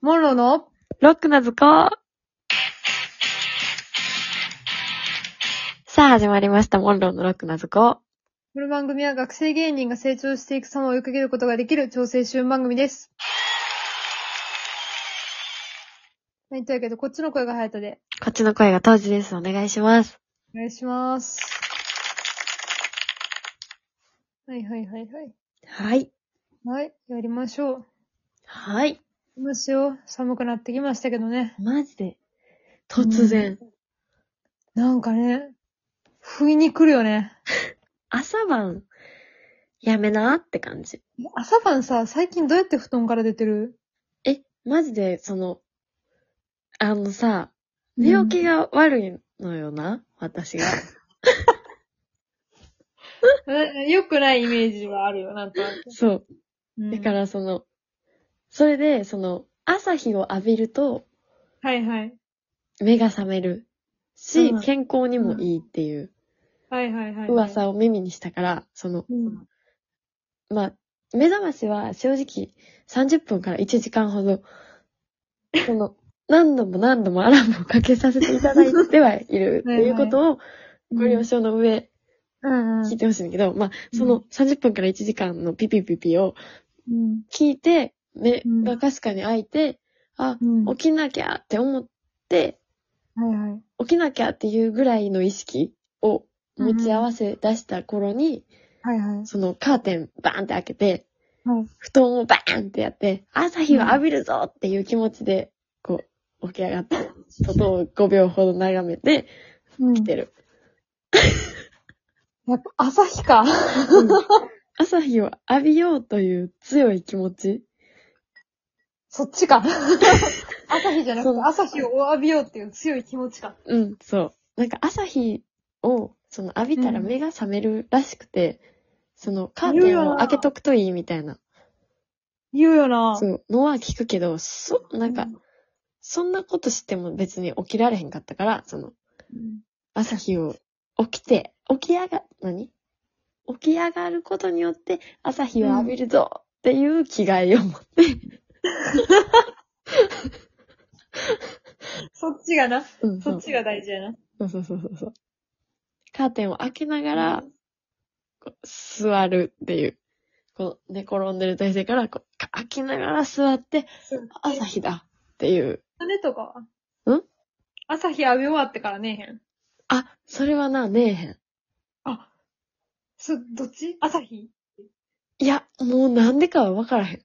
モンローのロックな図工さあ始まりました、モンローのロックな図工。この番組は学生芸人が成長していく様を追いかけることができる調整支援番組です。はい、というわけで、こっちの声が隼人で。こっちの声が当時です。お願いします。お願いします。はいはいはいはい。はい。はい、やりましょう。はい。どうしよう。寒くなってきましたけどね。マジで。突然。なんかね、不意に来るよね。朝晩、やめなって感じ。朝晩さ、最近どうやって布団から出てるえ、マジで、その、あのさ、寝起きが悪いのよな、私が。え良くないイメージはあるよ、なんとなく。 そう。うんだか。らその、それで、その、朝日を浴びると、はいはい。目が覚めるし、うん健康にもいいっていうはいはいはい。噂を耳にしたから、その、うん。まあ、目覚ましは正直30分から1時間ほど、その、 何度も何度もアラームをかけさせていただいてはいるってはいはいいうことをご了承の上うんうん。聞いてほしいんだけど、まあ、うんその30分から1時間のピピピピをうん。聞いて、目うんがかすかに開いて、あ、うん。は起きなきゃって思って、いはい。起きなきゃっていうぐらいの意識を持ち合わせ出した頃に、はいはい。そのカーテンバーンって開けて、はい布団をバーンってやって、朝日を浴びるぞっていう気持ちで、こう、起き上がって、外を5秒ほど眺めてうん来てる。やっぱ朝日か。 朝日を浴びようという強い気持ち。そっちか。 朝日じゃなくそてう朝日を浴びようっていう強い気持ちか。うん、そう。なんか朝日を、その浴びたら目が覚めるらしくて、そのカーテンを開けとくといいみたいな。言うよな。そう、のは聞くけど、そ、なんかう、そんなことしても別に起きられへんかったから、その、うん。朝日を起きて、起き上が、何起き上がることによって朝日を浴びるぞっていう気概を持って、そっちがな。うんそっちが大事やな。そうそうそうそうそう。カーテンを開けながら、こう座るっていう。こう、寝転んでる体勢から、こう、か開けながら座って、朝日だっていう。金とかはん朝日浴び終わってからねえへん。あ、それはな、ねえへん。あ、そ、どっち朝日いや、もうなんでかは分からへん。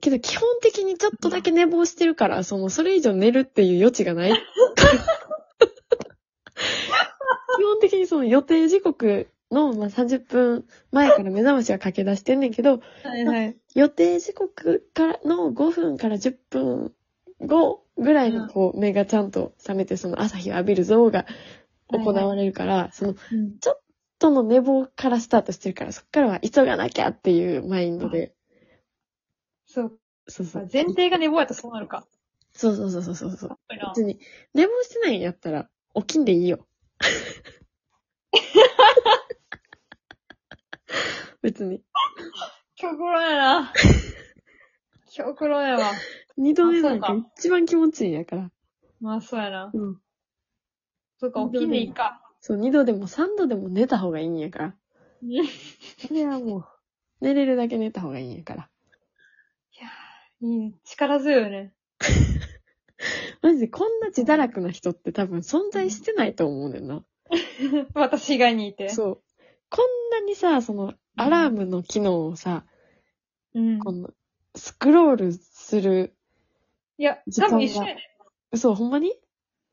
けど基本的にちょっとだけ寝坊してるから、その、それ以上寝るっていう余地がない。基本的にその予定時刻の、まあ、30分前から目覚ましは駆け出してんねんけど、はいはい。予定時刻からの5分から10分後ぐらいのこう、目がちゃんと覚めて、その朝日を浴びる像が行われるから、その、うん。との寝坊からスタートしてるから、そっからは急がなきゃっていうマインドで。そうそうそかう。。前提が寝坊やったらそうなるか。そうそうそうそうそうそう。そうやな別に、寝坊してないんやったら、起きんでいい よ。別に。極論やな。極論やわ。二度寝なんあかそうか一番気持ちいいんやから。まあそうやな。うん。そうか、起きんでいいか。そう、二度でも三度でも寝た方がいいんやから。いやそれはもう、寝れるだけ寝た方がいいんやから。ー、いいね。力強いよね。マジで、こんな自堕落な人って多分存在してないと思うねんな。私以外にいて。そう。こんなにさ、その、アラームの機能をさ、うん。この、スクロールする、いや、時多間が分一緒やね。嘘、ほんまに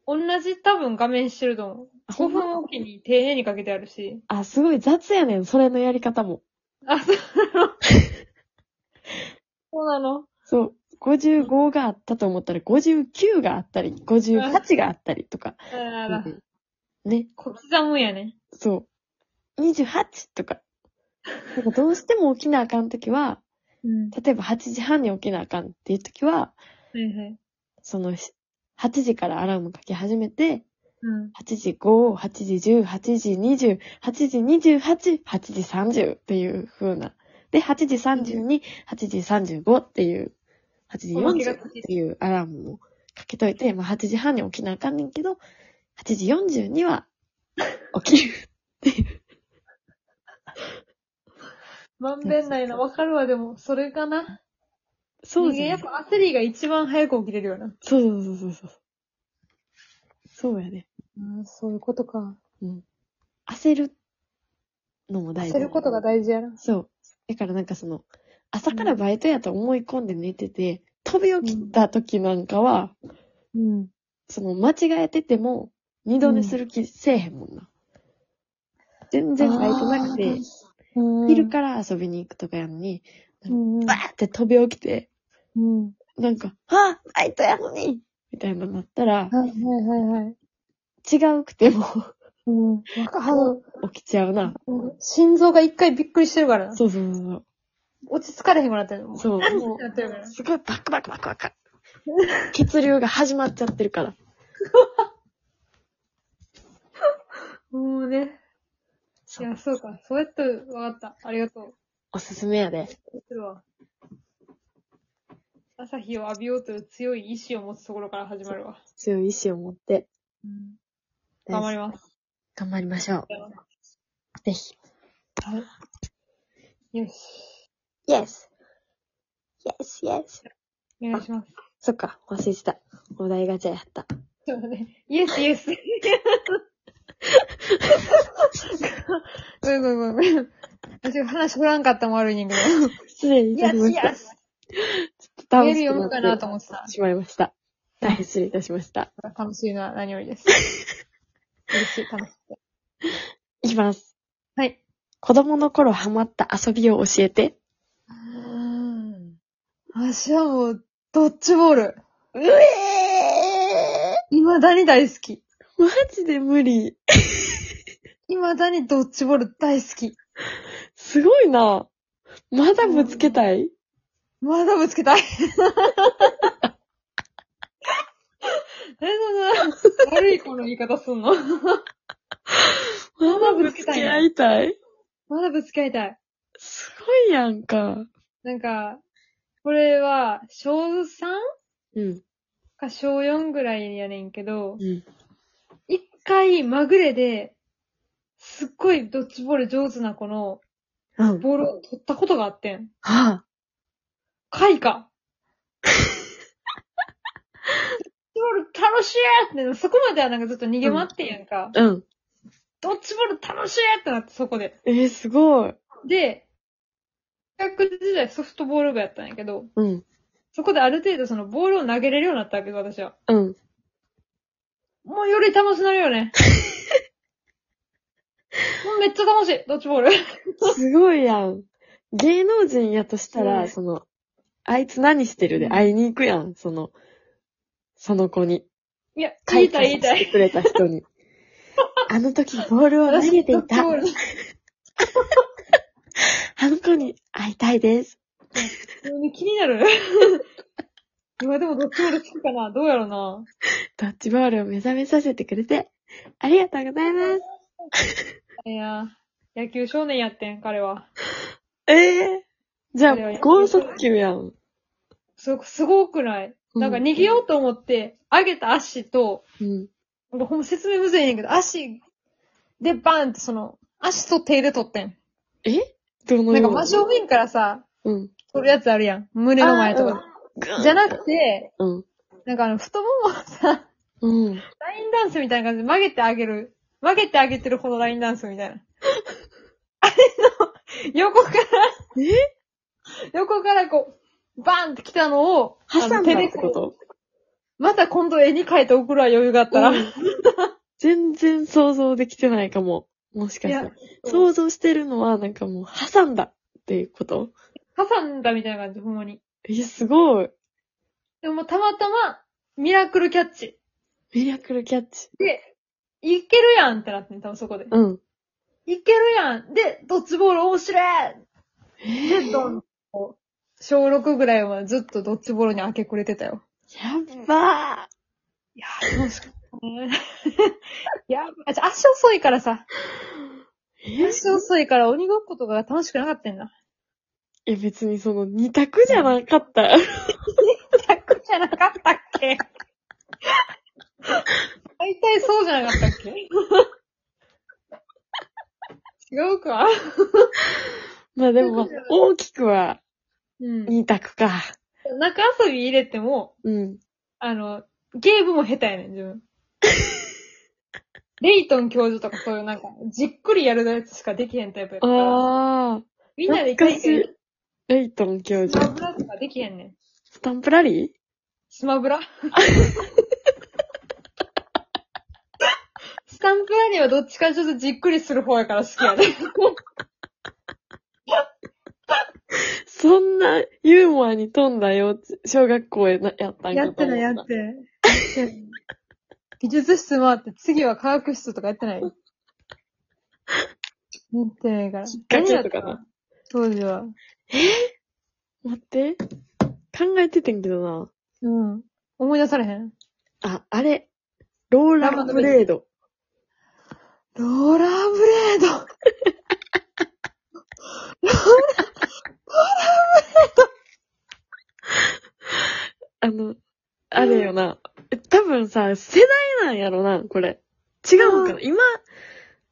同じ多分画面してると思う。あほ5んま分おきに丁寧にかけてあるし。あ、すごい雑やねん、それのやり方も。あ、そうなの。そうなの。そう。55があったと思ったら、59があったり、58があったりとか。あららね、小刻むんやね。そう。28とか。なんかどうしても起きなあかんときは、うん。は例えば8時半に起きなあかんっていうときは、いはい。その、し8時からアラームかけ始めて、うん。 8時5、8時10、8時20、8時28、8時30っていう風な。で、8時32、8時35っていう8時40っていうアラームをかけといて、まあ8時半に起きなあかんねんけど、8時40には起 きる。まんべんないな。わかるわ、でも。それかな。そう人間じゃやっん。ぱ焦りが一番早く起きれるよな。そうそうそうそうそう。そうやね。うん、そういうことか。うん。焦るのも大事。焦ることが大事やな。そう。だからなんかその、朝からバイトやと思い込んで寝てて、飛び起きた時なんかは、うん。その間違えてても、二度寝する気せえへんもんな。全然バイトなくて、うん。昼から遊びに行くとかやのに、うん。うんバーって飛び起きて、うん。なんか、あバイトやのにみたいなのなったはら、いはいはいはい。違うくても うん。わかあの、起きちゃうな。うん心臓が一回びっくりしてるからな。そうそうそう落ち着かれへんくなってる。そう。そう。何もってなってるからう、。すごいバクバクバク バク。血流が始まっちゃってるから。もうね。いそうや、そうか。そうやってわかった。ありがとう。おすすめやで。するわ。朝日を浴びようという強い意志を持つところから始まるわ。強い意志を持って。頑張りまます。頑張りましょう。ぜひ。はい。よし。 Yes! Yes, yes. お願いします。そっか、忘れてた。お題ガチャやった。そうだね。イエスイエ ス。ごめんごめんごめん。私話振らんかったも悪いねんけど。失礼いイたエしまスしイた。エス。メール読むかなと思ってた。しまいました。大変失礼いたしました。楽しいのは何より です。嬉しい、楽しい。いきます。はい。子供の頃ハマった遊びを教えて。私はもう、ドッジボール。うえ未だに大好き。ーマジで無理。未だにドッジボール大好き。すごいな。まだぶつけたいまだぶつけたい。え、そんな、悪い子の言い方すんのまだぶつけたいな合いたいまだぶつかりたい。すごいやんか。なんか、これは、小 3? うん。か小4ぐらいやねんけど、うん。一回まぐれで、すっごいドッジボール上手な子のうん。ボールを取ったことがあってん。はあ。開花。ドッジボール楽しいって、そこまではなんかずっと逃げ回ってんやんか。うん。ドッジボール楽しいってなってそこで。えー、すごい。で、学時代ソフトボール部やったんやけど、うん。そこである程度そのボールを投げれるようになったわけど、私は。うん。もうより楽しなるよね。もうめっちゃ楽しい、ドッジボール。すごいやん。芸能人やとしたうら、んその、あいつ何してるでうん会いに行くやん、その、その子に。いや、言いたい言いたしてい。くれた人に。あの時ボールを投げていた。ドッジボールあの子に会いたいです。うん気になる。 今でもどっちも好きかなどうやろな。ドッジボールを目覚めさせてくれて、ありがとうございます。いや、野球少年やってん、彼は。ええじゃそれはあ、高速球やん。すごく、すごくないなんか逃げようと思って、上げた足と、うん。なんかほんま説明むずいねんけど、足でバーンってその、足と手で取ってん。どのなんよか真う正面からさ、うん。取るやつあるやん。胸の前とかで。じゃななくて、うん。なんかあの、太ももをさ、うん。ラインダンスみたいな感じで曲げてあげる。曲げてあげてるほどラインダンスみ たいな。あれの、横から、横からこう、バーンって来たのを、挟んだあのって手でこうとまた今度絵に描いて送るわ余裕があったら。 うん全然想像できてないかも。もしかしたら。そう。想像してるのは、なんかもう、挟んだっていうこと挟んだみたいな感じ、ほんまに。え、すごい。でももうたまたま、ミラクルキャッチ。ミラクルキャッチ。で、いけるやんってなってん、多分そこで。うん。いけるやんで、ドッジボール面白いえで、ドン。こう小6ぐらいはずっとドッジボールに明け暮れてたよ。やっばーいやー、楽しかった ね。いや、あ、じゃあ足遅いからさ。え足遅いから鬼ごっことかが楽しくなかったんだ。いや別にその二択じゃなかった。 かったっけ大体そうじゃなかったっ け違うかまあでも、大きくはうん。二択か。中遊び入れても、うん。あの、ゲームも下手やねん、自 分。レイトン教授とかそういうなんか、じっくりやるやつしかできへんタイプやから、ああ。みんなで一回一回懐かしいレイトン教スマ授。ブラとかできへんねん。スタンプラリー スマブラスタンプラリーはどっちかちょっとじっくりする方やから好きやね。そんなユーモアに富んだよ、小学校へなやったんかやってない、やってない。技術室回 って、次は科学室とかやってない。やってないから。ガチャとかな何やった当時は。待って。考えててんけどな。うん。思い出されへんあ、あれ。ローラーブレード。ローラーブレードローラー、ローラーブレードあの、あれよな。え多分さ、世代なんやろな、これ。違うのかうな今、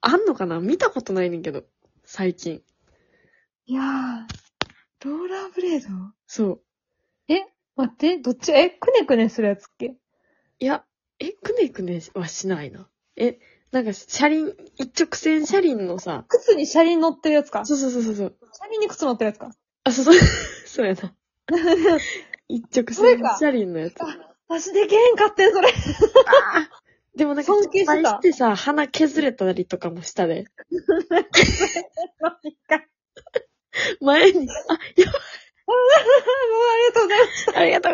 あんのかな見たことないねんけど。最近。いやー、ローラーブレードそう。待って、どっち、え、くねくねするやつっけいや、え、くねくねはしないな。え、なんか、車輪、一直線車輪のさ、靴に車輪乗ってるやつか。そうそうそうそうそう。車輪に靴乗ってるやつか。あ、そうそう、 そうやな。一直それ線か車輪のやつ。私できへんかってん、 それ。でもなんか、尊敬してた失敗してさ、鼻削れたりとかもしたで。前に、あ、 もうありがとうございます。ありがとうございます